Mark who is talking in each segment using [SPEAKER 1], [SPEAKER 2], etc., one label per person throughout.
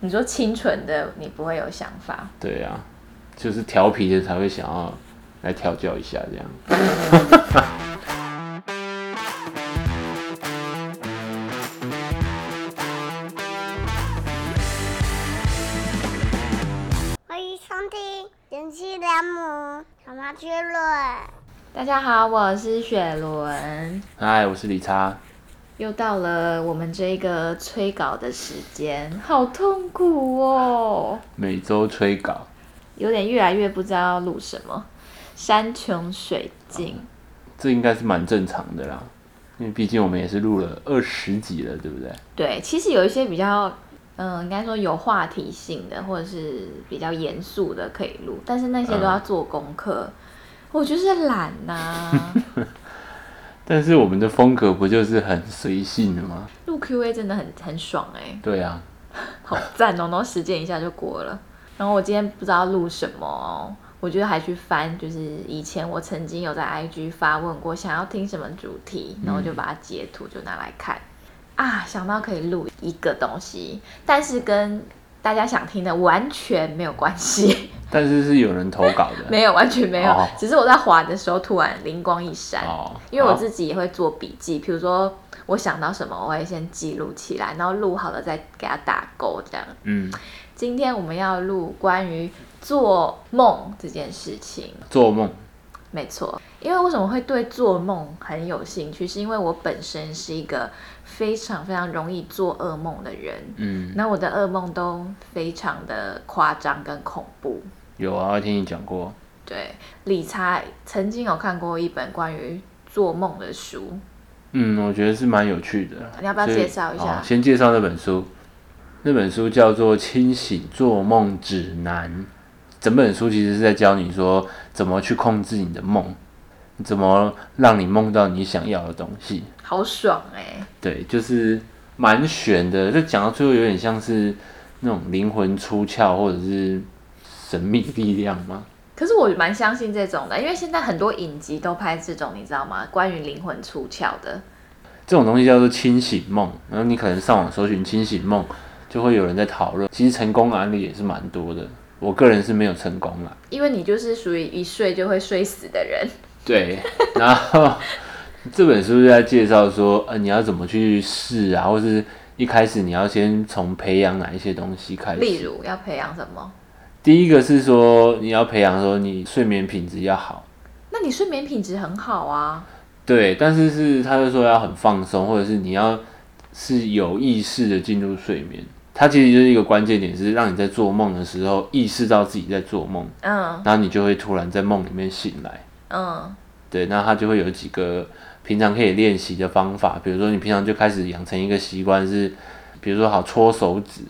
[SPEAKER 1] 你说清纯的你不会有想法，
[SPEAKER 2] 对啊，就是调皮的才会想要来调教一下这样。
[SPEAKER 3] 欢迎收听《贤妻良母》小马趣论。
[SPEAKER 1] 大家好，我是雪伦，
[SPEAKER 2] 嗨，我是李叉，
[SPEAKER 1] 又到了我们这个催稿的时间，好痛苦哦，
[SPEAKER 2] 每周催稿，
[SPEAKER 1] 有点越来越不知道要录什么，山穷水尽，
[SPEAKER 2] 这应该是蛮正常的啦，因为毕竟我们也是录了二十集了，对不对？
[SPEAKER 1] 对，其实有一些比较，嗯、应该说有话题性的，或者是比较严肃的可以录，但是那些都要做功课，我就是懒呐、
[SPEAKER 2] 但是我们的风格不就是很随性的吗？
[SPEAKER 1] 录 Q&A 真的很很爽哎、
[SPEAKER 2] 对啊，
[SPEAKER 1] 好赞哦！然后时间一下就过了。然后我今天不知道录什么哦，我就还去翻，就是以前我曾经有在 IG 发问过想要听什么主题，然后
[SPEAKER 2] 嗯
[SPEAKER 1] 我就把它截图就拿来看。啊，想到可以录一个东西，但是跟大家想听的完全没有关系，
[SPEAKER 2] 但是是有人投稿的，
[SPEAKER 1] 没有完全没有，
[SPEAKER 2] 哦
[SPEAKER 1] 只是我在滑的时候突然灵光一闪，
[SPEAKER 2] 哦，
[SPEAKER 1] 因为我
[SPEAKER 2] 好
[SPEAKER 1] 自己也会做笔记，比如说我想到什么，我会先记录起来，然后录好了再给它打勾这样。
[SPEAKER 2] 嗯，
[SPEAKER 1] 今天我们要录关于做梦这件事情，
[SPEAKER 2] 做梦，
[SPEAKER 1] 没错。因为为什么会对做梦很有兴趣，是因为我本身是一个非常非常容易做噩梦的人，
[SPEAKER 2] 嗯，
[SPEAKER 1] 那我的噩梦都非常的夸张跟恐怖。
[SPEAKER 2] 有啊，我听你讲过，
[SPEAKER 1] 对，理查曾经有看过一本关于做梦的书，
[SPEAKER 2] 嗯，我觉得是蛮有趣的。
[SPEAKER 1] 你要不要
[SPEAKER 2] 所以
[SPEAKER 1] 介绍一下
[SPEAKER 2] 好先介绍那本书，那本书叫做《清醒做梦指南》。整本书其实是在教你说怎么去控制你的梦，怎么让你梦到你想要的东西。
[SPEAKER 1] 好爽哎、
[SPEAKER 2] 对，就是蛮悬的。就讲到最后，有点像是那种灵魂出窍，或者是神秘力量嘛。
[SPEAKER 1] 可是我蛮相信这种的，因为现在很多影集都拍这种，你知道吗？关于灵魂出窍的，
[SPEAKER 2] 这种东西叫做清醒梦，然后你可能上网搜寻清醒梦，就会有人在讨论。其实成功案例也是蛮多的，我个人是没有成功啦。
[SPEAKER 1] 因为你就是属于一睡就会睡死的人，
[SPEAKER 2] 对， 然后这本书就在介绍说，呃，你要怎么去试啊，或是一开始你要先从培养哪一些东西开
[SPEAKER 1] 例
[SPEAKER 2] 始。
[SPEAKER 1] 如要培养什么？
[SPEAKER 2] 第一个是说你要培养说你睡眠品质要好，
[SPEAKER 1] 那你睡眠品质很好啊，
[SPEAKER 2] 对，但是是他就说要很放松，或者是你要是有意识的进入睡眠。它其实就是一个关键点，是让你在做梦的时候意识到自己在做梦，
[SPEAKER 1] 嗯
[SPEAKER 2] 然后你就会突然在梦里面醒来。
[SPEAKER 1] 嗯，
[SPEAKER 2] 对，那它就会有几个平常可以练习的方法，比如说你平常就开始养成一个习惯是，比如说好搓手指，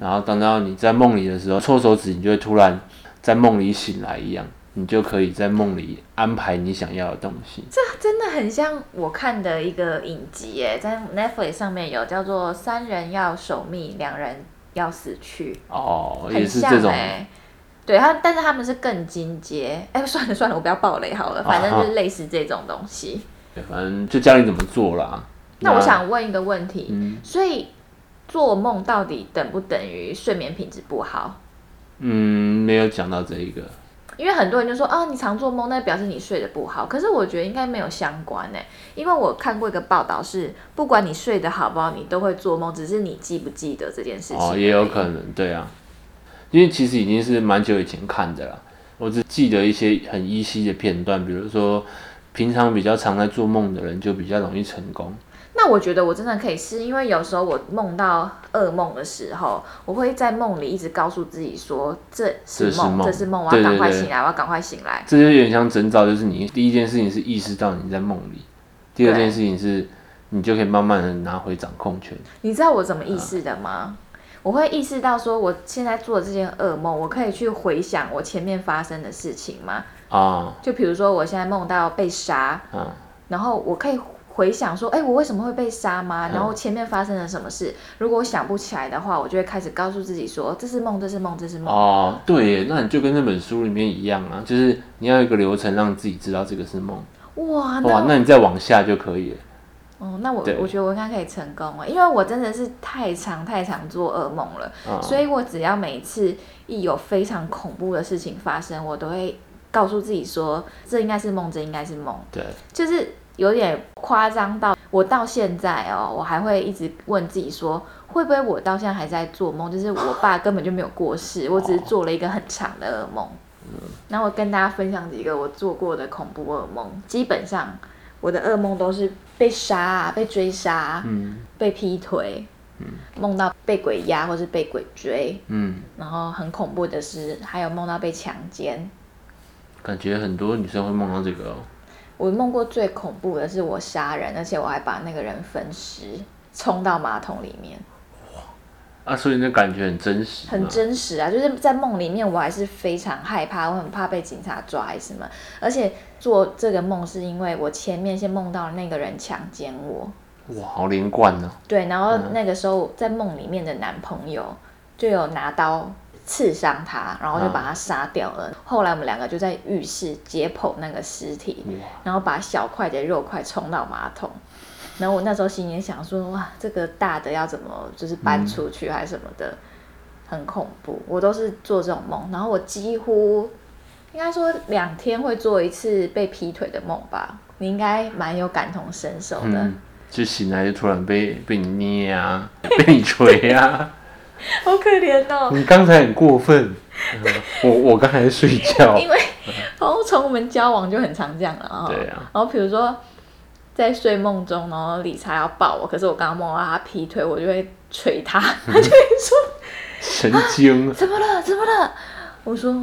[SPEAKER 2] 然后等到你在梦里的时候搓手指，你就会突然在梦里醒来一样，你就可以在梦里安排你想要的东西。
[SPEAKER 1] 这真的很像我看的一个影集耶，在 Netflix 上面有叫做《三人要守密，两人要死去
[SPEAKER 2] 哦》，，也
[SPEAKER 1] 很
[SPEAKER 2] 是
[SPEAKER 1] 像
[SPEAKER 2] 这种。
[SPEAKER 1] 哎。对他，但是他们是更进阶。 哎，算了算了，我不要暴雷
[SPEAKER 2] 啊
[SPEAKER 1] 好了，反正就是类似这种东西。
[SPEAKER 2] 对反正就教你怎么做啦。
[SPEAKER 1] 那我，想问一个问题，
[SPEAKER 2] 嗯
[SPEAKER 1] 所以做梦到底等不等于睡眠品质不好？
[SPEAKER 2] 嗯，没有讲到这一个，
[SPEAKER 1] 因为很多人就说啊，你常做梦，那表示你睡得不好。可是我觉得应该没有相关呢、因为我看过一个报道是，不管你睡得好不好，你都会做梦，只是你记不记得这件事情。
[SPEAKER 2] 哦，也有可能，对啊，因为其实已经是蛮久以前看的啦，我只记得一些很依稀的片段，比如说平常比较常在做梦的人就比较容易成功，
[SPEAKER 1] 那我觉得我真的可以试，因为有时候我梦到噩梦的时候，我会在梦里一直告诉自己说这是
[SPEAKER 2] 这是
[SPEAKER 1] 梦，
[SPEAKER 2] 梦
[SPEAKER 1] 这是梦，我
[SPEAKER 2] 对
[SPEAKER 1] 要赶
[SPEAKER 2] 对
[SPEAKER 1] 快
[SPEAKER 2] 对
[SPEAKER 1] 醒来，我要赶快醒来。
[SPEAKER 2] 这就有点像征兆，就是你第一件事情是意识到你在梦里，第二
[SPEAKER 1] 对
[SPEAKER 2] 件事情是你就可以慢慢的拿回掌控权。
[SPEAKER 1] 你知道我怎么意识的吗？我会意识到说我现在做的这件噩梦，我可以去回想我前面发生的事情吗？
[SPEAKER 2] 啊
[SPEAKER 1] 就比如说我现在梦到被杀，
[SPEAKER 2] 啊，
[SPEAKER 1] 然后我可以回想说，哎、我为什么会被杀
[SPEAKER 2] 嗯
[SPEAKER 1] 吗？然后前面发生了什么事？如果我想不起来的话，我就会开始告诉自己说，这是梦，这是梦，这是梦。
[SPEAKER 2] 哦，对耶，那你就跟那本书里面一样啊，就是你要有一个流程让自己知道这个是梦。
[SPEAKER 1] 啊哇，那
[SPEAKER 2] 哇，那你再往下就可以了。
[SPEAKER 1] 哦，那我
[SPEAKER 2] 对
[SPEAKER 1] 我觉得我应该可以成功哎，因为我真的是太常太常做噩梦了，
[SPEAKER 2] 嗯
[SPEAKER 1] 所以我只要每次一有非常恐怖的事情发生，我都会告诉自己说这应该是梦，这应该是梦，
[SPEAKER 2] 对，
[SPEAKER 1] 就是有点夸张到我到现在哦，我还会一直问自己说，会不会我到现在还在做梦？就是我爸根本就没有过世，我只是做了一个很长的噩梦。那我跟大家分享几个我做过的恐怖噩梦，基本上我的噩梦都是被杀、啊、被追杀啊、
[SPEAKER 2] 嗯
[SPEAKER 1] 被劈腿，梦到被鬼压或是被鬼追，
[SPEAKER 2] 嗯，
[SPEAKER 1] 然后很恐怖的是还有梦到被强奸。
[SPEAKER 2] 感觉很多女生会梦到这个哦。
[SPEAKER 1] 我梦过最恐怖的是我杀人，而且我还把那个人分尸，冲到马桶里面，
[SPEAKER 2] 啊，所以那感觉很真实嘛，
[SPEAKER 1] 很真实啊！就是在梦里面，我还是非常害怕，我很怕被警察抓还是什么。而且做这个梦是因为我前面先梦到那个人强奸我，
[SPEAKER 2] 哇，好连贯哦呢、
[SPEAKER 1] 对，然后那个时候在梦里面的男朋友就有拿刀刺伤他，然后就把他杀掉了。后来我们两个就在浴室解剖那个尸体，然后把小块的肉块冲到马桶。然后我那时候心里想说，哇，这个大的要怎么就是搬出去还是什么的，很恐怖。我都是做这种梦，然后我几乎应该说两天会做一次被劈腿的梦吧。你应该蛮有感同身受的。
[SPEAKER 2] 嗯，就醒来就突然被被你捏啊， 被你捶啊，
[SPEAKER 1] 好可怜 哦。
[SPEAKER 2] 你刚才很过分，嗯我我刚才在睡觉
[SPEAKER 1] 因，为然后从我们交往就很常这样了啊、
[SPEAKER 2] 对啊
[SPEAKER 1] 然后比如说在睡梦中，然后理查要抱我，可是我刚刚梦到他劈腿，我就会捶他，他就会说
[SPEAKER 2] 神经，
[SPEAKER 1] 怎么了？怎么了？我说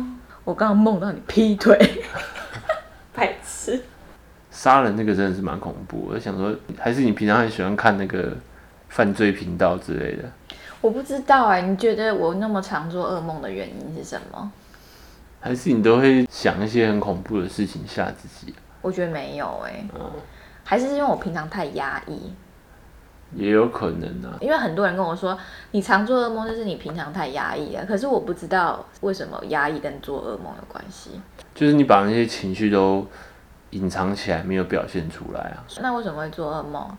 [SPEAKER 1] 我刚刚梦到你劈腿， 白痴。
[SPEAKER 2] 杀人那个真的是蛮恐怖。我想说，还是你平常很喜欢看那个犯罪频道之类的，
[SPEAKER 1] 我不知道哎、你觉得我那么常做噩梦的原因是什么？
[SPEAKER 2] 还是你都会想一些很恐怖的事情吓自己？
[SPEAKER 1] 我觉得没有哎、
[SPEAKER 2] 嗯，
[SPEAKER 1] 还是因为我平常太压抑。
[SPEAKER 2] 也有可能啊。
[SPEAKER 1] 因为很多人跟我说，你常做噩梦就是你平常太压抑啊了。可是我不知道为什么压抑跟做噩梦有关系。
[SPEAKER 2] 就是你把那些情绪都隐藏起来，没有表现出来啊。
[SPEAKER 1] 那为什么会做噩梦？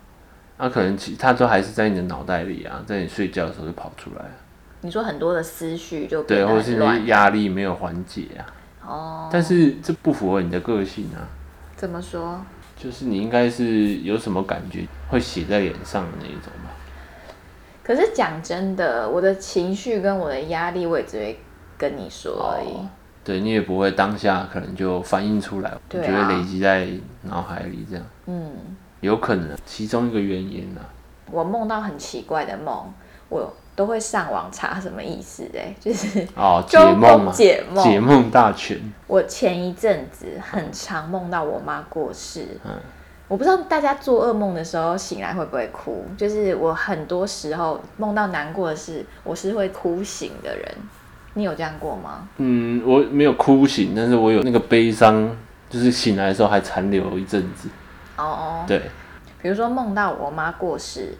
[SPEAKER 2] 那、可能其他都还是在你的脑袋里啊，在你睡觉的时候就跑出来啊、
[SPEAKER 1] 你说很多的思绪就变
[SPEAKER 2] 对，
[SPEAKER 1] 得
[SPEAKER 2] 或者是
[SPEAKER 1] 很
[SPEAKER 2] 那些
[SPEAKER 1] 啊乱
[SPEAKER 2] 压力没有缓解啊。
[SPEAKER 1] 哦。
[SPEAKER 2] 但是这不符合你的个性啊，
[SPEAKER 1] 怎么说？
[SPEAKER 2] 就是你应该是有什么感觉会写在脸上的那一种吧。
[SPEAKER 1] 可是讲真的，我的情绪跟我的压力，我也只会跟你说而已。
[SPEAKER 2] 哦对你也不会当下可能就反映出来，你
[SPEAKER 1] 对
[SPEAKER 2] 就
[SPEAKER 1] 啊
[SPEAKER 2] 会累积在脑海里这样，
[SPEAKER 1] 嗯，
[SPEAKER 2] 有可能其中一个原因啊。
[SPEAKER 1] 我梦到很奇怪的梦，我都会上网查什么意思、哎， 就是
[SPEAKER 2] 哦，解
[SPEAKER 1] 周
[SPEAKER 2] 梦
[SPEAKER 1] 公
[SPEAKER 2] 嘛，
[SPEAKER 1] 解梦
[SPEAKER 2] 解梦大全，
[SPEAKER 1] 我前一阵子很常梦到我妈过世，
[SPEAKER 2] 嗯
[SPEAKER 1] 我不知道大家做噩梦的时候醒来会不会哭，就是我很多时候梦到难过的事，我是会哭醒的人。你有这样过吗？
[SPEAKER 2] 嗯，我没有哭醒，但是我有那个悲伤，就是醒来的时候还残留一阵子。
[SPEAKER 1] 哦、
[SPEAKER 2] 对，
[SPEAKER 1] 比如说梦到我妈过世，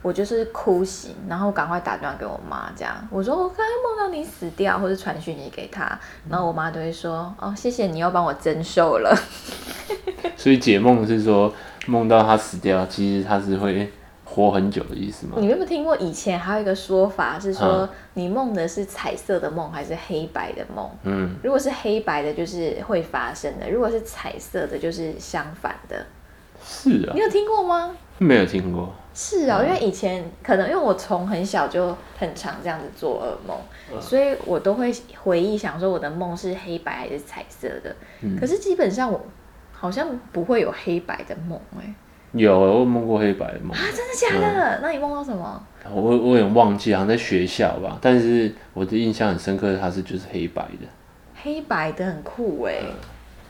[SPEAKER 1] 我就是哭醒，然后赶快打电话给我妈，这样我说我刚才梦到你死掉，或者传讯息给她，然后我妈都会说哦，谢谢你又帮我增寿了。
[SPEAKER 2] 所以解梦是说梦到他死掉，其实他是会活很久的意思吗？
[SPEAKER 1] 你有没有听过以前还有一个说法是说
[SPEAKER 2] 嗯，
[SPEAKER 1] 你梦的是彩色的梦还是黑白的梦？
[SPEAKER 2] 嗯，
[SPEAKER 1] 如果是黑白的，就是会发生的；如果是彩色的，就是相反的。
[SPEAKER 2] 是啊
[SPEAKER 1] 你，有听过吗？
[SPEAKER 2] 没有听过。
[SPEAKER 1] 是哦，因为以前可能因为我从很小就很常这样子做噩梦，所以我都会回忆想说我的梦是黑白还是彩色的。可是基本上我好像不会有黑白的梦哎、
[SPEAKER 2] 有，我有梦过黑白的梦，
[SPEAKER 1] 啊，真的假的？那你梦到什么？
[SPEAKER 2] 我我有点忘记，好像在学校吧。但是我的印象很深刻，它是就是黑白的。
[SPEAKER 1] 黑白的很酷哎、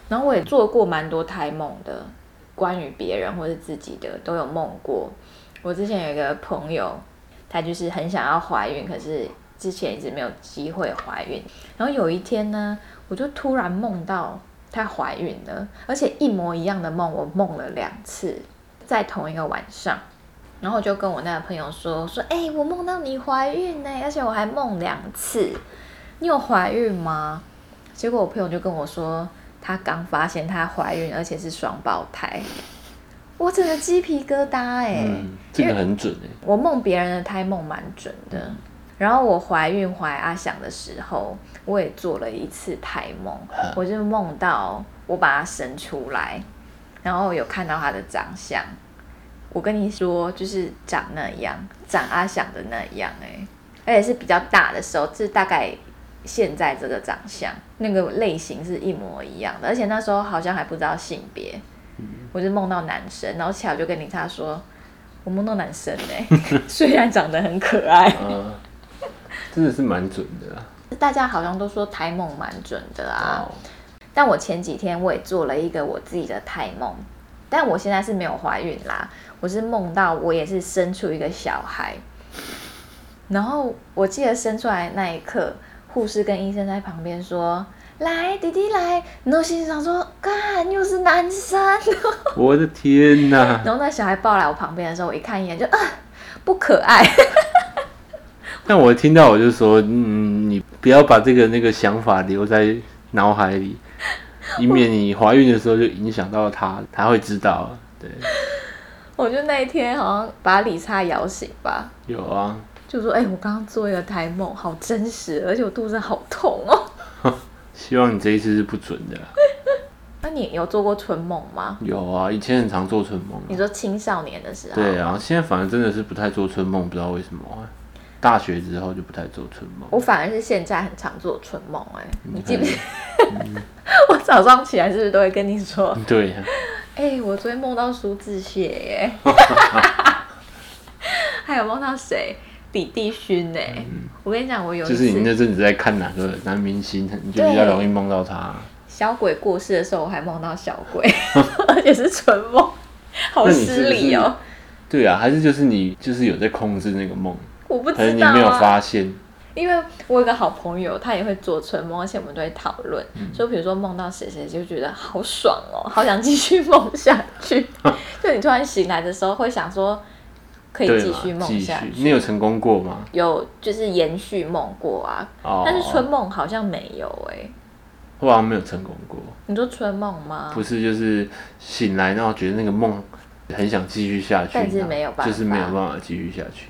[SPEAKER 1] 然后我也做过蛮多胎梦的，关于别人或者自己的都有梦过。我之前有一个朋友，她就是很想要怀孕，可是之前一直没有机会怀孕。然后有一天呢，我就突然梦到她怀孕了，而且一模一样的梦，我梦了两次，在同一个晚上。然后我就跟我那个朋友说说，哎、我梦到你怀孕呢、而且我还梦两次。你有怀孕吗？结果我朋友就跟我说，她刚发现她怀孕，而且是双胞胎。我整个鸡皮疙瘩哎、
[SPEAKER 2] 嗯，这个很准哎、
[SPEAKER 1] 我梦别人的胎梦蛮准的。然后我怀孕怀阿翔的时候，我也做了一次胎梦，我就梦到我把他生出来，然后有看到他的长相。我跟你说，就是长那样，长阿翔的那样、欸，而且是比较大的时候，就是大概现在这个长相，那个类型是一模一样的，而且那时候好像还不知道性别，我就梦到男生，然后起来我就跟林差说，我梦到男生哎、 虽然长得很可爱。
[SPEAKER 2] 嗯，真的是蛮准的啊啦。
[SPEAKER 1] 大家好像都说胎梦蛮准的啊，
[SPEAKER 2] 哦，
[SPEAKER 1] 但我前几天我也做了一个我自己的胎梦，但我现在是没有怀孕啦，我是梦到我也是生出一个小孩，然后我记得生出来那一刻，护士跟医生在旁边说：“来，弟弟来。”然后心里想说：“干，又是男生。”
[SPEAKER 2] 我的天哪、
[SPEAKER 1] 然后那小孩抱来我旁边的时候，我一看一眼就啊，不可爱。
[SPEAKER 2] 但我听到我就说，嗯，你不要把这个那个想法留在脑海里，以免你怀孕的时候就影响到他，他会知道。对，
[SPEAKER 1] 我就那一天好像把李差摇醒吧，
[SPEAKER 2] 有啊，
[SPEAKER 1] 就说：“哎、我刚刚做一个胎梦，好真实，而且我肚子好痛哦。
[SPEAKER 2] 希望你这一次是不准的啦。”
[SPEAKER 1] 那你有做过春梦吗？
[SPEAKER 2] 有啊，以前很常做春梦啊。
[SPEAKER 1] 你说青少年的时候，
[SPEAKER 2] 对啊，现在反而真的是不太做春梦，不知道为什么啊、大学之后就不太做春梦。
[SPEAKER 1] 我反而是现在很常做春梦、哎，
[SPEAKER 2] 嗯
[SPEAKER 1] 你记不记？ 我早上起来是不是都会跟你说
[SPEAKER 2] 对啊，：“
[SPEAKER 1] 哎、我昨天梦到苏志燮耶， 还有梦到谁？李帝勋呢、我跟你讲，我有一
[SPEAKER 2] 嗯就是你
[SPEAKER 1] 次
[SPEAKER 2] 那阵子在看哪个男明星，你就比较容易梦到他。
[SPEAKER 1] 小鬼过世的时候，我还梦到小 鬼， 而且是春梦，好
[SPEAKER 2] 那你是
[SPEAKER 1] 失
[SPEAKER 2] 不
[SPEAKER 1] 礼
[SPEAKER 2] 是
[SPEAKER 1] 哦。
[SPEAKER 2] 对啊，还是就是你就是有在控制那个梦，
[SPEAKER 1] 我不
[SPEAKER 2] 可能
[SPEAKER 1] 知
[SPEAKER 2] 你
[SPEAKER 1] 道、啊，
[SPEAKER 2] 没有发现。
[SPEAKER 1] 因为我有个好朋友，他也会做春梦，而且我们都会讨论。
[SPEAKER 2] 嗯
[SPEAKER 1] 所以比如说梦到谁谁，就觉得好爽哦， 好想继续梦下去。 就你突然醒来的时候，会想说可以
[SPEAKER 2] 对
[SPEAKER 1] 继
[SPEAKER 2] 嘛
[SPEAKER 1] 续梦
[SPEAKER 2] 继
[SPEAKER 1] 下
[SPEAKER 2] 续
[SPEAKER 1] 去。
[SPEAKER 2] 你有成功过吗？
[SPEAKER 1] 有就是延续梦过啊，
[SPEAKER 2] 哦，
[SPEAKER 1] 但是春梦好像没有哎、
[SPEAKER 2] 我好像没有成功过，
[SPEAKER 1] 你说春梦吗
[SPEAKER 2] 不？是就是醒来然后觉得那个梦很想继续下去，
[SPEAKER 1] 但是没有办法
[SPEAKER 2] 就是没有办法继续下去，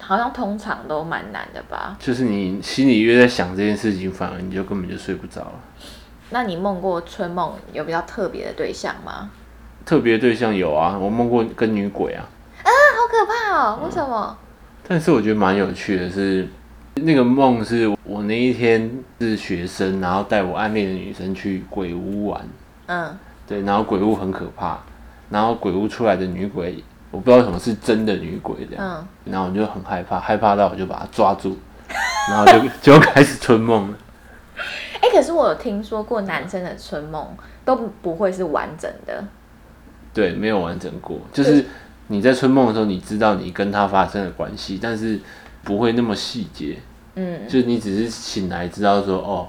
[SPEAKER 1] 好像通常都蛮难的吧？
[SPEAKER 2] 就是你心里越在想这件事情，反而你就根本就睡不着了。
[SPEAKER 1] 那你梦过春梦有比较特别的对象吗？
[SPEAKER 2] 特别对象有啊，我梦过跟女鬼啊，
[SPEAKER 1] 啊好可怕哦！
[SPEAKER 2] 嗯
[SPEAKER 1] 为什么？
[SPEAKER 2] 但是我觉得蛮有趣的是，那个梦是我那一天是学生，然后带我暗恋的女生去鬼屋玩，
[SPEAKER 1] 嗯，
[SPEAKER 2] 对，然后鬼屋很可怕，然后鬼屋出来的女鬼，我不知道为什么是真的女鬼这样，
[SPEAKER 1] 嗯
[SPEAKER 2] 然后我就很害怕，害怕到我就把她抓住， 然后就就开始春梦了。
[SPEAKER 1] 哎、可是我有听说过男生的春梦都不会是完整的，
[SPEAKER 2] 对，没有完整过，就是你在春梦的时候，你知道你跟她发生的关系，但是不会那么细节，
[SPEAKER 1] 嗯，
[SPEAKER 2] 就你只是醒来知道说，哦，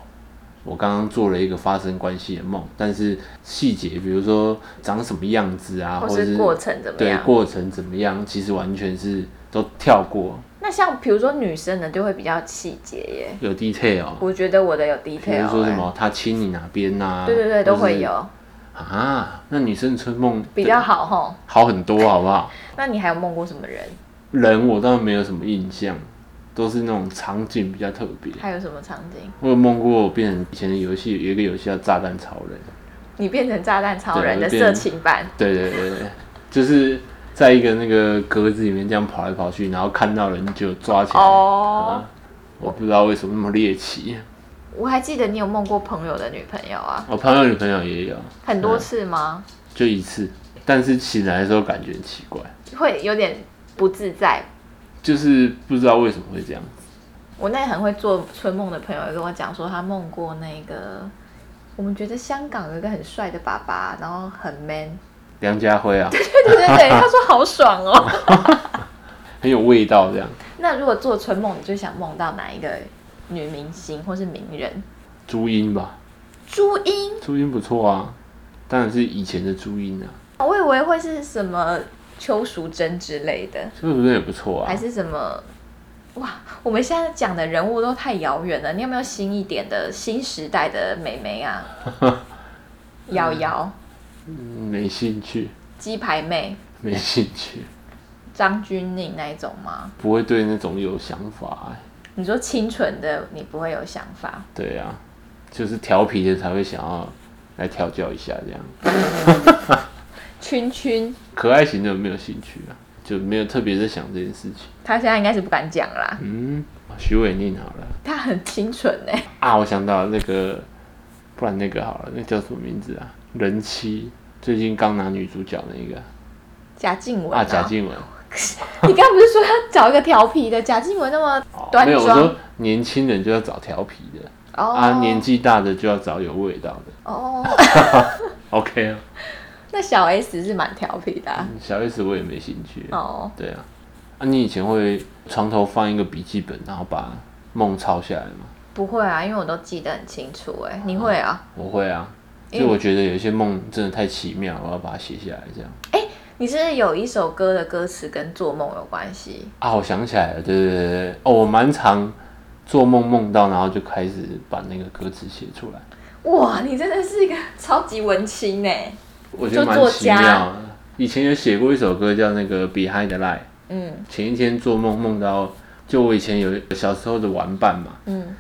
[SPEAKER 2] 我刚刚做了一个发生关系的梦，但是细节，比如说长什么样子啊，
[SPEAKER 1] 或
[SPEAKER 2] 或
[SPEAKER 1] 是
[SPEAKER 2] 是
[SPEAKER 1] 过程怎么
[SPEAKER 2] 对
[SPEAKER 1] 样？
[SPEAKER 2] 过程怎么样，其实完全是都跳过，
[SPEAKER 1] 那像比如说女生的就会比较细节耶，
[SPEAKER 2] 有 detail，
[SPEAKER 1] 我觉得我的有
[SPEAKER 2] 比如
[SPEAKER 1] detail，
[SPEAKER 2] 说什
[SPEAKER 1] 哎
[SPEAKER 2] 么他亲你哪边呐、
[SPEAKER 1] 对对对，都
[SPEAKER 2] 或是
[SPEAKER 1] 会有，
[SPEAKER 2] 啊。那女生春梦
[SPEAKER 1] 比较好吼。
[SPEAKER 2] 好很多，好不好？
[SPEAKER 1] 那你还有梦过什么人？
[SPEAKER 2] 人我倒没有什么印象，都是那种场景比较特别。
[SPEAKER 1] 还有什么场景？
[SPEAKER 2] 我有梦过我变成以前的游戏有一个游戏叫炸弹超人，
[SPEAKER 1] 你变成炸弹超人的
[SPEAKER 2] 对
[SPEAKER 1] 色
[SPEAKER 2] 我变
[SPEAKER 1] 情版，
[SPEAKER 2] 对对对对，就是在一个那个格子里面这样跑来跑去，然后看到人就抓起来。
[SPEAKER 1] 哦
[SPEAKER 2] 啊，我不知道为什么那么猎奇。
[SPEAKER 1] 我还记得你有梦过朋友的女朋友啊，
[SPEAKER 2] 我朋友女朋友也有，
[SPEAKER 1] 很多次吗？
[SPEAKER 2] 就一次，但是醒来的时候感觉很奇怪，
[SPEAKER 1] 会有点不自在。
[SPEAKER 2] 就是不知道为什么会这样子。
[SPEAKER 1] 我那很会做春梦的朋友也跟我讲说，他梦过那个，我们觉得香港有一个很帅的爸爸，然后很 man，
[SPEAKER 2] 梁家辉 啊，
[SPEAKER 1] 对对对对，他说好爽哦。
[SPEAKER 2] 很有味道这样。
[SPEAKER 1] 那如果做春梦，你最想梦到哪一个女明星或是名人？
[SPEAKER 2] 朱茵吧，
[SPEAKER 1] 朱茵，
[SPEAKER 2] 朱茵不错啊，当然是以前的朱茵啊，
[SPEAKER 1] 我以为会是什么邱淑贞之类的，
[SPEAKER 2] 这个不是也不错啊
[SPEAKER 1] 还。是什么？哇，我们现在讲的人物都太遥远了，你有没有新一点的新时代的美眉啊？瑶瑶，
[SPEAKER 2] 嗯没兴趣，
[SPEAKER 1] 鸡排妹、
[SPEAKER 2] 没兴趣，
[SPEAKER 1] 张钧甯那一种吗？
[SPEAKER 2] 不会对那种有想法、欸。
[SPEAKER 1] 你说清纯的，你不会有想法。
[SPEAKER 2] 对啊，就是调皮的才会想要来调教一下这样。
[SPEAKER 1] 圈圈，
[SPEAKER 2] 可爱型的没有兴趣啊，就没有特别在想这件事情。
[SPEAKER 1] 他现在应该是不敢讲啦，
[SPEAKER 2] 嗯，徐伟宁好了
[SPEAKER 1] 他很清纯哎、
[SPEAKER 2] 啊，我想到那个，不然那个好了，那叫什么名字啊？人妻最近刚拿女主角那个
[SPEAKER 1] 贾静雯
[SPEAKER 2] 啊，贾，静
[SPEAKER 1] 哦
[SPEAKER 2] 雯。
[SPEAKER 1] 你刚刚不是说要找一个调皮的？贾静雯那么
[SPEAKER 2] 哦
[SPEAKER 1] 端
[SPEAKER 2] 没有，我说
[SPEAKER 1] 庄
[SPEAKER 2] 年轻人就要找调皮的、
[SPEAKER 1] 哦，
[SPEAKER 2] 啊，年纪大的就要找有味道的。
[SPEAKER 1] 哦，
[SPEAKER 2] OK 啊，
[SPEAKER 1] 那小 S 是蛮调皮的啊、
[SPEAKER 2] 小 S 我也没兴趣。
[SPEAKER 1] 哦，
[SPEAKER 2] 对啊，啊，你以前会床头放一个笔记本，然后把梦抄下来吗？
[SPEAKER 1] 不会啊，因为我都记得很清楚哎、你会啊？
[SPEAKER 2] 我会啊，
[SPEAKER 1] 因
[SPEAKER 2] 就
[SPEAKER 1] 为
[SPEAKER 2] 我觉得有一些梦真的太奇妙，我要把它写下来这样。
[SPEAKER 1] 你是不是有一首歌的歌词跟做梦有关系？
[SPEAKER 2] 啊，我想起来了，对对对对，哦，我蛮常做梦梦到，然后就开始把那个歌词写出来，
[SPEAKER 1] 哇，你真的是一个超级文青哎、
[SPEAKER 2] 我觉得蛮
[SPEAKER 1] 就作
[SPEAKER 2] 奇妙
[SPEAKER 1] 家
[SPEAKER 2] 的。以前有写过一首歌叫那个《Behind the Line》，
[SPEAKER 1] 嗯
[SPEAKER 2] 前一天做梦梦到，就我以前有小时候的玩伴嘛，
[SPEAKER 1] 嗯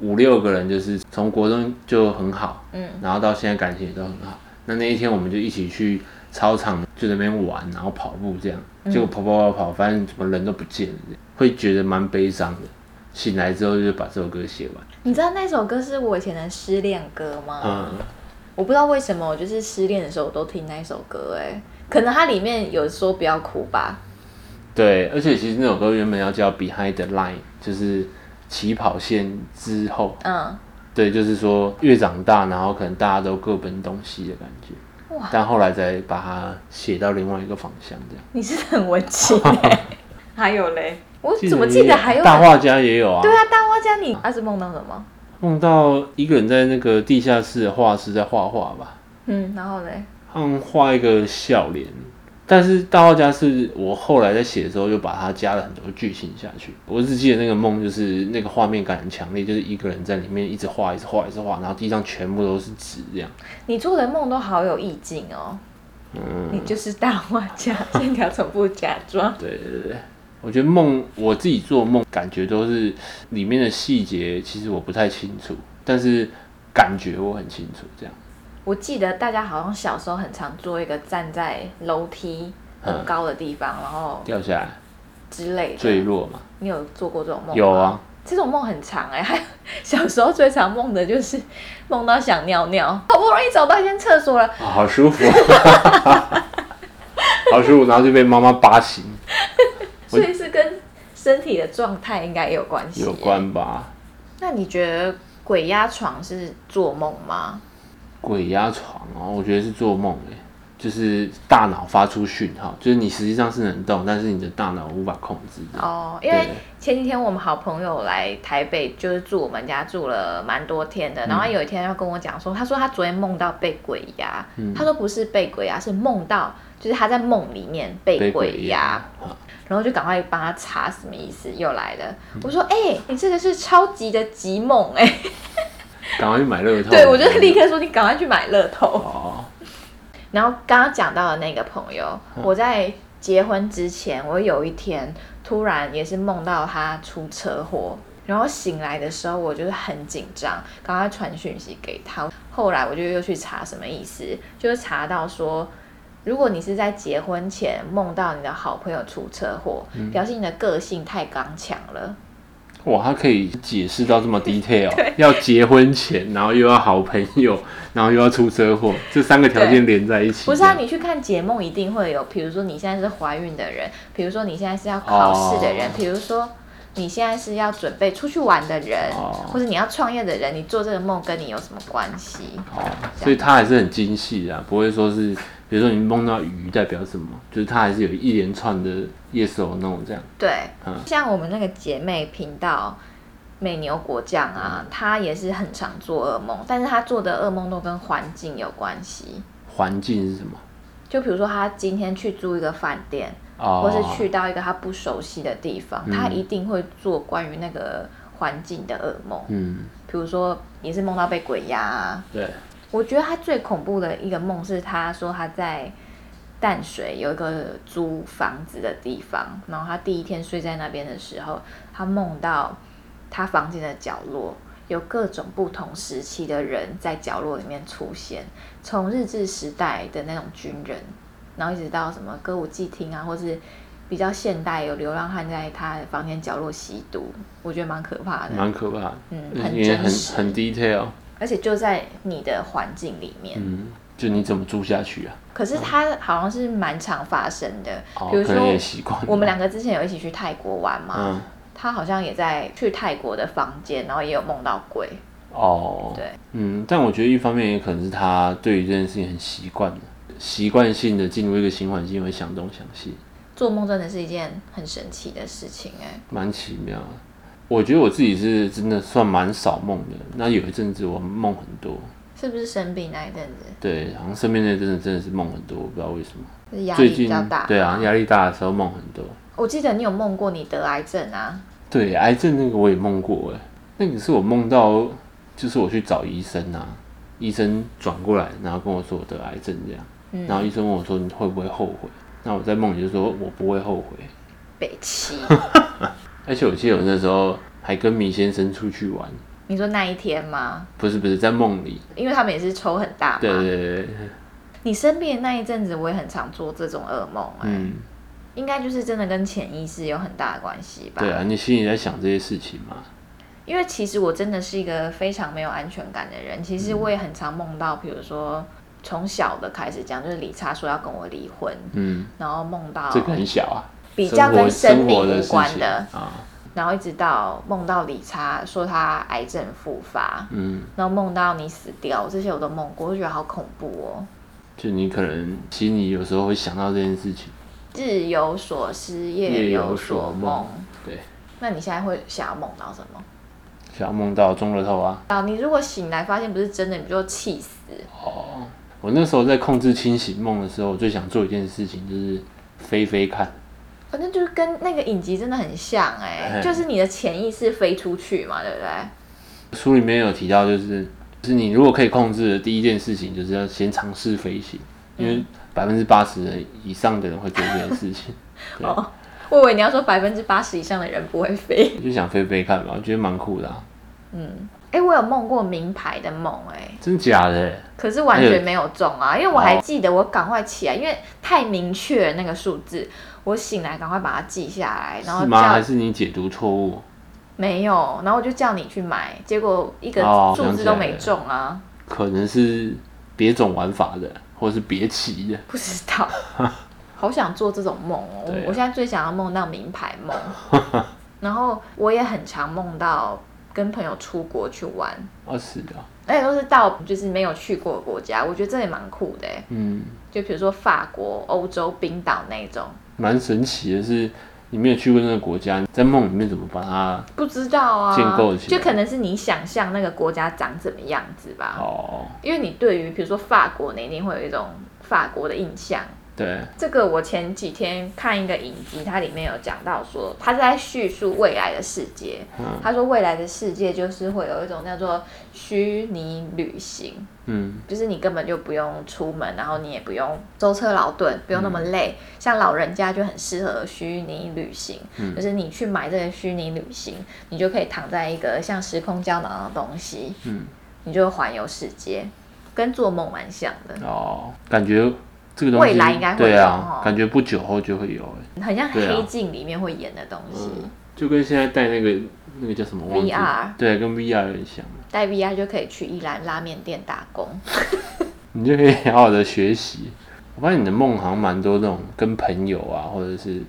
[SPEAKER 2] 五六个人，就是从国中就很好，
[SPEAKER 1] 嗯，
[SPEAKER 2] 然后到现在感情也都很好。那那一天我们就一起去操场，就在那边玩，然后跑步这样，
[SPEAKER 1] 嗯
[SPEAKER 2] 结果跑跑跑跑，发现怎么人都不见了，会觉得蛮悲伤的。醒来之后就把这首歌写完，
[SPEAKER 1] 你知道那首歌是我以前的失恋歌吗？
[SPEAKER 2] 嗯，
[SPEAKER 1] 我不知道为什么，我就是失恋的时候我都听那一首歌、哎，可能它里面有说不要哭吧，
[SPEAKER 2] 对，而且其实那首歌原本要叫《Behind the Line》，就是起跑线之后，
[SPEAKER 1] 嗯，
[SPEAKER 2] 对，就是说越长大，然后可能大家都各奔东西的感觉
[SPEAKER 1] 哇。
[SPEAKER 2] 但后来再把它写到另外一个方向，这样。
[SPEAKER 1] 你是很文青、哎 还有嘞，我怎么记
[SPEAKER 2] 也
[SPEAKER 1] 得
[SPEAKER 2] 有
[SPEAKER 1] 还有
[SPEAKER 2] 大画家也有啊？
[SPEAKER 1] 对啊，大花家你那、是梦到什么？
[SPEAKER 2] 梦到一个人在那个地下室的画室在画画吧，
[SPEAKER 1] 嗯，然后嘞，
[SPEAKER 2] 他们画一个笑脸。但是大画家是我后来在写的时候，又把它加了很多剧情下去。我只记得那个梦，就是那个画面感很强烈，就是一个人在里面一直画，一直画，一直画，然后地上全部都是纸这样。
[SPEAKER 1] 你做的梦都好有意境哦，
[SPEAKER 2] 嗯，
[SPEAKER 1] 你就是大画家，线条从不假装，
[SPEAKER 2] 对对对，我觉得梦我自己做梦，感觉都是里面的细节，其实我不太清楚，但是感觉我很清楚这样。
[SPEAKER 1] 我记得大家好像小时候很常做一个站在楼梯很高的地方，然后
[SPEAKER 2] 掉下来
[SPEAKER 1] 之类
[SPEAKER 2] 嗯坠
[SPEAKER 1] 的，
[SPEAKER 2] 落嘛，
[SPEAKER 1] 你有做过这种梦吗？
[SPEAKER 2] 有啊。
[SPEAKER 1] 这种梦很长哎、还有 小时候最常梦的就是梦到想尿尿，好不容易找到一间厕所了，
[SPEAKER 2] 啊好舒 服，好舒服，然后就被妈妈扒醒，我
[SPEAKER 1] 所以是跟身体的状态应该也有关系。
[SPEAKER 2] 有。关吧？
[SPEAKER 1] 那你觉得鬼压床是做梦吗？
[SPEAKER 2] 鬼压床哦，我觉得是做梦哎、就是大脑发出讯号，就是你实际上是能动，但是你的大脑无法控制的。
[SPEAKER 1] 哦，因为
[SPEAKER 2] 对
[SPEAKER 1] 前几天我们好朋友来台北，就是住我们家住了蛮多天
[SPEAKER 2] 嗯
[SPEAKER 1] 的，然后他有一天要跟我讲说，他说他昨天梦到被鬼压，
[SPEAKER 2] 嗯
[SPEAKER 1] 他说不是被鬼压，是梦到就是他在梦里面被鬼压。，
[SPEAKER 2] 啊
[SPEAKER 1] 然后就赶快帮他查什么意思，又来了。我说：“哎、你这个是超级的急梦哎、
[SPEAKER 2] 赶快去买乐透。
[SPEAKER 1] 哦 对，我就立刻说：“你赶快去买乐透。
[SPEAKER 2] 哦，”
[SPEAKER 1] 然后刚刚讲到的那个朋友，我在结婚之前，我有一天突然也是梦到他出车祸，然后醒来的时候我就是很紧张，赶快传讯息给他。后来我就又去查什么意思，就是查到说。如果你是在结婚前梦到你的好朋友出车祸，表示你的个性太刚强了。
[SPEAKER 2] 哇，他可以解释到 这么 detail，要啊结婚前，然后又要好朋友，然后又要出车祸，这三个条件连在一起。
[SPEAKER 1] 不是啊，你去看解梦一定会有，比如说你现在是怀孕的人，比如说你现在是要考试的人
[SPEAKER 2] 哦，
[SPEAKER 1] 比、如说你现在是要准备出去玩的人，
[SPEAKER 2] 哦
[SPEAKER 1] 或者你要创业的人，你做这个梦跟你有什么关系？
[SPEAKER 2] 哦，所以他还是很精细的啊，不会说是，比如说你梦到鱼代表什么，就是他还是有一连串的 yes or no 这样。
[SPEAKER 1] 对，
[SPEAKER 2] 嗯
[SPEAKER 1] 像我们那个姐妹频道。美牛果酱啊，
[SPEAKER 2] 嗯
[SPEAKER 1] 她也是很常做噩梦，但是她做的噩梦都跟环境有关系。
[SPEAKER 2] 环境是什么？
[SPEAKER 1] 就比如说，她今天去住一个饭店，
[SPEAKER 2] 哦，
[SPEAKER 1] 或是去到一个他不熟悉的地方，他一定会做关于那个环境的噩梦。
[SPEAKER 2] 嗯，
[SPEAKER 1] 比如说，也是梦到被鬼压、啊。
[SPEAKER 2] 对，
[SPEAKER 1] 我觉得他最恐怖的一个梦是，他说他在淡水有一个租房子的地方，然后他第一天睡在那边的时候，他梦到他房间的角落有各种不同时期的人在角落里面出现，从日治时代的那种军人，然后一直到什么歌舞伎町啊，或是比较现代有流浪汉在他的房间角落吸毒，我觉得蛮可怕的，
[SPEAKER 2] 蛮可怕的，
[SPEAKER 1] 嗯很
[SPEAKER 2] 因为
[SPEAKER 1] 真
[SPEAKER 2] 很
[SPEAKER 1] 实
[SPEAKER 2] 很 detail，
[SPEAKER 1] 而且就在你的环境里面。
[SPEAKER 2] 嗯，就你怎么住下去啊？
[SPEAKER 1] 可是它好像是蛮常发生的，
[SPEAKER 2] 哦
[SPEAKER 1] 比如
[SPEAKER 2] 可能也
[SPEAKER 1] 说
[SPEAKER 2] 习惯了
[SPEAKER 1] 我们两个之前有一起去泰国玩嘛，
[SPEAKER 2] 嗯，
[SPEAKER 1] 他好像也在去泰国的房间，然后也有梦到鬼，
[SPEAKER 2] 哦，
[SPEAKER 1] 对，
[SPEAKER 2] 嗯，但我觉得一方面也可能是他对于这件事情很习惯了，习惯性的进入一个新环境会想东想西，
[SPEAKER 1] 做梦真的是一件很神奇的事情哎、
[SPEAKER 2] 蛮奇妙的。我觉得我自己是真的算蛮少梦的，那有一阵子我梦很多，
[SPEAKER 1] 是不是生病那一阵子，
[SPEAKER 2] 对，好像身边那阵子真的是梦很多，我不知道为什么。
[SPEAKER 1] 就是压
[SPEAKER 2] 最
[SPEAKER 1] 力
[SPEAKER 2] 近
[SPEAKER 1] 比较大？
[SPEAKER 2] 对啊，，压力大的时候梦很多。
[SPEAKER 1] 我记得你有梦过你得癌症啊，
[SPEAKER 2] 对，癌症那个我也梦过哎，那个是我梦到，就是我去找医生啊，医生转过来，然后跟我说我得癌症这样，
[SPEAKER 1] 嗯
[SPEAKER 2] 然后医生问我说你会不会后悔？那我在梦里就说我不会后悔，
[SPEAKER 1] 北 七，
[SPEAKER 2] 而且我记得我那时候还跟米先生出去玩，
[SPEAKER 1] 你说那一天吗？
[SPEAKER 2] 不是不是在梦里，
[SPEAKER 1] 因为他们也是抽很大嘛。
[SPEAKER 2] 对对对
[SPEAKER 1] 哎
[SPEAKER 2] 对，
[SPEAKER 1] 你生病的那一阵子，我也很常做这种噩梦、哎，
[SPEAKER 2] 嗯，
[SPEAKER 1] 应该就是真的跟潜意识有很大的关系吧？
[SPEAKER 2] 对啊，你心里在想这些事情嘛，
[SPEAKER 1] 哦因为其实我真的是一个非常没有安全感的人，其实
[SPEAKER 2] 嗯
[SPEAKER 1] 我也很常梦到，比如说从小的开始讲，就是理查说要跟我离婚，
[SPEAKER 2] 嗯，
[SPEAKER 1] 然后梦到
[SPEAKER 2] 这个很小啊，
[SPEAKER 1] 比较跟生
[SPEAKER 2] 生活
[SPEAKER 1] 命
[SPEAKER 2] 活的
[SPEAKER 1] 无
[SPEAKER 2] 事
[SPEAKER 1] 关
[SPEAKER 2] 情
[SPEAKER 1] 的，
[SPEAKER 2] 啊，
[SPEAKER 1] 然后一直到梦到理查说他癌症复发，
[SPEAKER 2] 嗯，
[SPEAKER 1] 然后梦到你死掉，这些我都梦过，我就觉得好恐怖哦。
[SPEAKER 2] 就你可能心里有时候会想到这件事情，
[SPEAKER 1] 日有所思，
[SPEAKER 2] 夜
[SPEAKER 1] 夜
[SPEAKER 2] 有所
[SPEAKER 1] 所
[SPEAKER 2] 梦对。
[SPEAKER 1] 那你现在会想要梦到什么？
[SPEAKER 2] 想要梦到中了头啊！
[SPEAKER 1] 啊，你如果醒来发现不是真的，你不就气死？
[SPEAKER 2] 哦，我那时候在控制清醒梦的时候，我最想做一件事情就是飞飞看。
[SPEAKER 1] 反正就是跟那个影集真的很像哎、
[SPEAKER 2] 哎
[SPEAKER 1] 就是你的潜意识飞出去嘛，对不对？
[SPEAKER 2] 书里面有提到，就是就是你如果可以控制的第一件事情，就是要先尝试飞行，
[SPEAKER 1] 嗯
[SPEAKER 2] 因为百分之八十以上的人会做这件事情。 对，
[SPEAKER 1] 哦，我以为你要说百分之八十以上的人不会飞。
[SPEAKER 2] 我就想飞飞看嘛，我觉得蛮酷的、啊，
[SPEAKER 1] 哎、我有梦过名牌的梦哎、
[SPEAKER 2] 真假的？
[SPEAKER 1] 可是完全没有中
[SPEAKER 2] 哎
[SPEAKER 1] 啊，因为我还记得我赶快起来，因为太明确了那个数字，我醒来赶快把它记下来，然后
[SPEAKER 2] 是吗？还
[SPEAKER 1] 叫
[SPEAKER 2] 是你解读错误？
[SPEAKER 1] 没有，然后我就叫你去买，结果一个
[SPEAKER 2] 哦
[SPEAKER 1] 数
[SPEAKER 2] 想
[SPEAKER 1] 字
[SPEAKER 2] 起
[SPEAKER 1] 都
[SPEAKER 2] 来
[SPEAKER 1] 没
[SPEAKER 2] 了
[SPEAKER 1] 中啊，
[SPEAKER 2] 可能是别种玩法的，或是别骑的。
[SPEAKER 1] 不知 道。好想做这种梦哦！我
[SPEAKER 2] 对啊
[SPEAKER 1] 我现在最想要梦到名牌 梦，然后我也很常梦到跟朋友出国去玩，
[SPEAKER 2] 哦，是的，
[SPEAKER 1] 而且都是到就是没有去过的国家，我觉得这也蛮酷的耶。欸
[SPEAKER 2] 嗯。
[SPEAKER 1] 就比如说法国、欧洲、冰岛那种，
[SPEAKER 2] 蛮神奇的是，你没有去过那个国家，你在梦里面怎么把它
[SPEAKER 1] 不知道啊，
[SPEAKER 2] 建构起来
[SPEAKER 1] 就可能是你想象那个国家长怎么样子吧。
[SPEAKER 2] 哦？
[SPEAKER 1] 因为你对于比如说法国，你一定会有一种法国的印象。
[SPEAKER 2] 对，
[SPEAKER 1] 这个我前几天看一个影集，它里面有讲到说，它是在叙述未来的世界。
[SPEAKER 2] 嗯
[SPEAKER 1] 他说未来的世界就是会有一种叫做虚拟旅行，
[SPEAKER 2] 嗯
[SPEAKER 1] 就是你根本就不用出门，然后你也不用舟车劳顿，不用那么累。
[SPEAKER 2] 嗯
[SPEAKER 1] 像老人家就很适合虚拟旅行，
[SPEAKER 2] 嗯
[SPEAKER 1] 就是你去买这个虚拟旅行，你就可以躺在一个像时空胶囊的东西，
[SPEAKER 2] 嗯，
[SPEAKER 1] 你就环游世界，跟做梦蛮像的。
[SPEAKER 2] 哦，感觉这个东西
[SPEAKER 1] 未来应该会有
[SPEAKER 2] 对啊
[SPEAKER 1] 哦，
[SPEAKER 2] 感觉不久后就会有欸，
[SPEAKER 1] 很像
[SPEAKER 2] 对啊嗯
[SPEAKER 1] 黑镜里面会演的东西，
[SPEAKER 2] 就跟现在戴那个那个叫什么忘记
[SPEAKER 1] VR
[SPEAKER 2] 对，跟 VR 有点像，
[SPEAKER 1] 带 VR 就可以去一兰拉面店打工。
[SPEAKER 2] 你就可以好好的学习。我发现你的梦好像蛮多那种跟朋友啊，或者是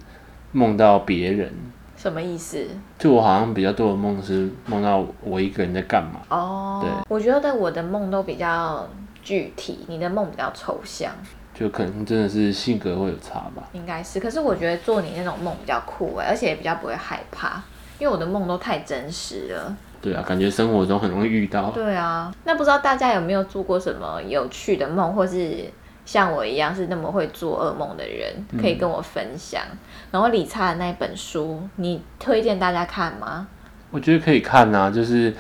[SPEAKER 2] 梦到别人。
[SPEAKER 1] 什么意思？
[SPEAKER 2] 就我好像比较多的梦是梦到我一个人在干嘛，
[SPEAKER 1] 哦、
[SPEAKER 2] 对
[SPEAKER 1] 我觉得我的梦都比较具体，你的梦比较抽象，
[SPEAKER 2] 就可能真的是性格会有差吧。
[SPEAKER 1] 应该是。可是我觉得做你那种梦比较酷哎、而且也比较不会害怕，因为我的梦都太真实了。
[SPEAKER 2] 对啊，感觉生活中很容易遇到。
[SPEAKER 1] 对啊，那不知道大家有没有做过什么有趣的梦，或是像我一样是那么会做噩梦的人，可以跟我分享。
[SPEAKER 2] 嗯
[SPEAKER 1] 然后理查的那本书，你推荐大家看吗？
[SPEAKER 2] 我觉得可以看呐、就是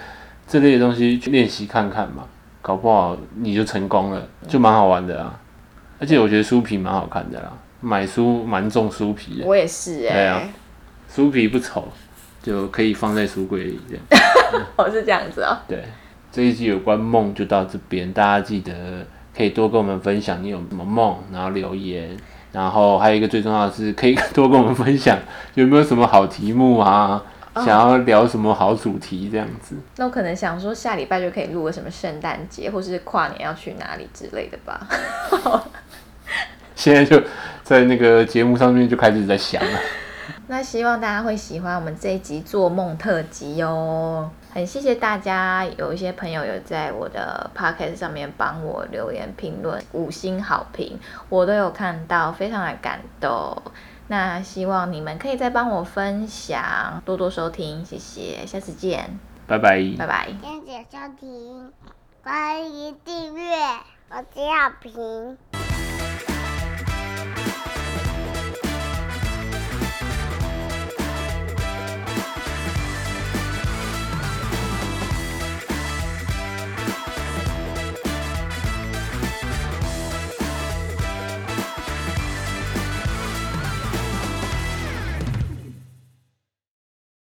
[SPEAKER 2] 这类的东西去练习看看嘛，搞不好你就成功了，就蛮好玩的啊。而且我觉得书皮蛮好看的啦，买书蛮重书皮的，
[SPEAKER 1] 我也是哎、
[SPEAKER 2] 对啊书皮不丑，就可以放在书柜里这样。
[SPEAKER 1] 我是这样子 哦、
[SPEAKER 2] 对，这一集有关梦就到这边，大家记得可以多跟我们分享你有什么梦，然后留言，然后还有一个最重要的是，可以多跟我们分享有没有什么好题目啊，想要聊什么好主题这样子。
[SPEAKER 1] 那我可能想说下礼拜就可以录个什么圣诞节或是跨年要去哪里之类的吧。
[SPEAKER 2] 现在就在那个节目上面就开始在想了，
[SPEAKER 1] 那希望大家会喜欢我们这一集做梦特辑哦。很谢谢大家，有一些朋友有在我的 p o c k e t 上面帮我留言评论五星好评，我都有看到，非常的感动。那希望你们可以再帮我分享，多多收听，谢谢，下次见，
[SPEAKER 2] 拜拜。
[SPEAKER 1] 拜拜。
[SPEAKER 3] 谢谢收听，欢迎订阅，我是小平。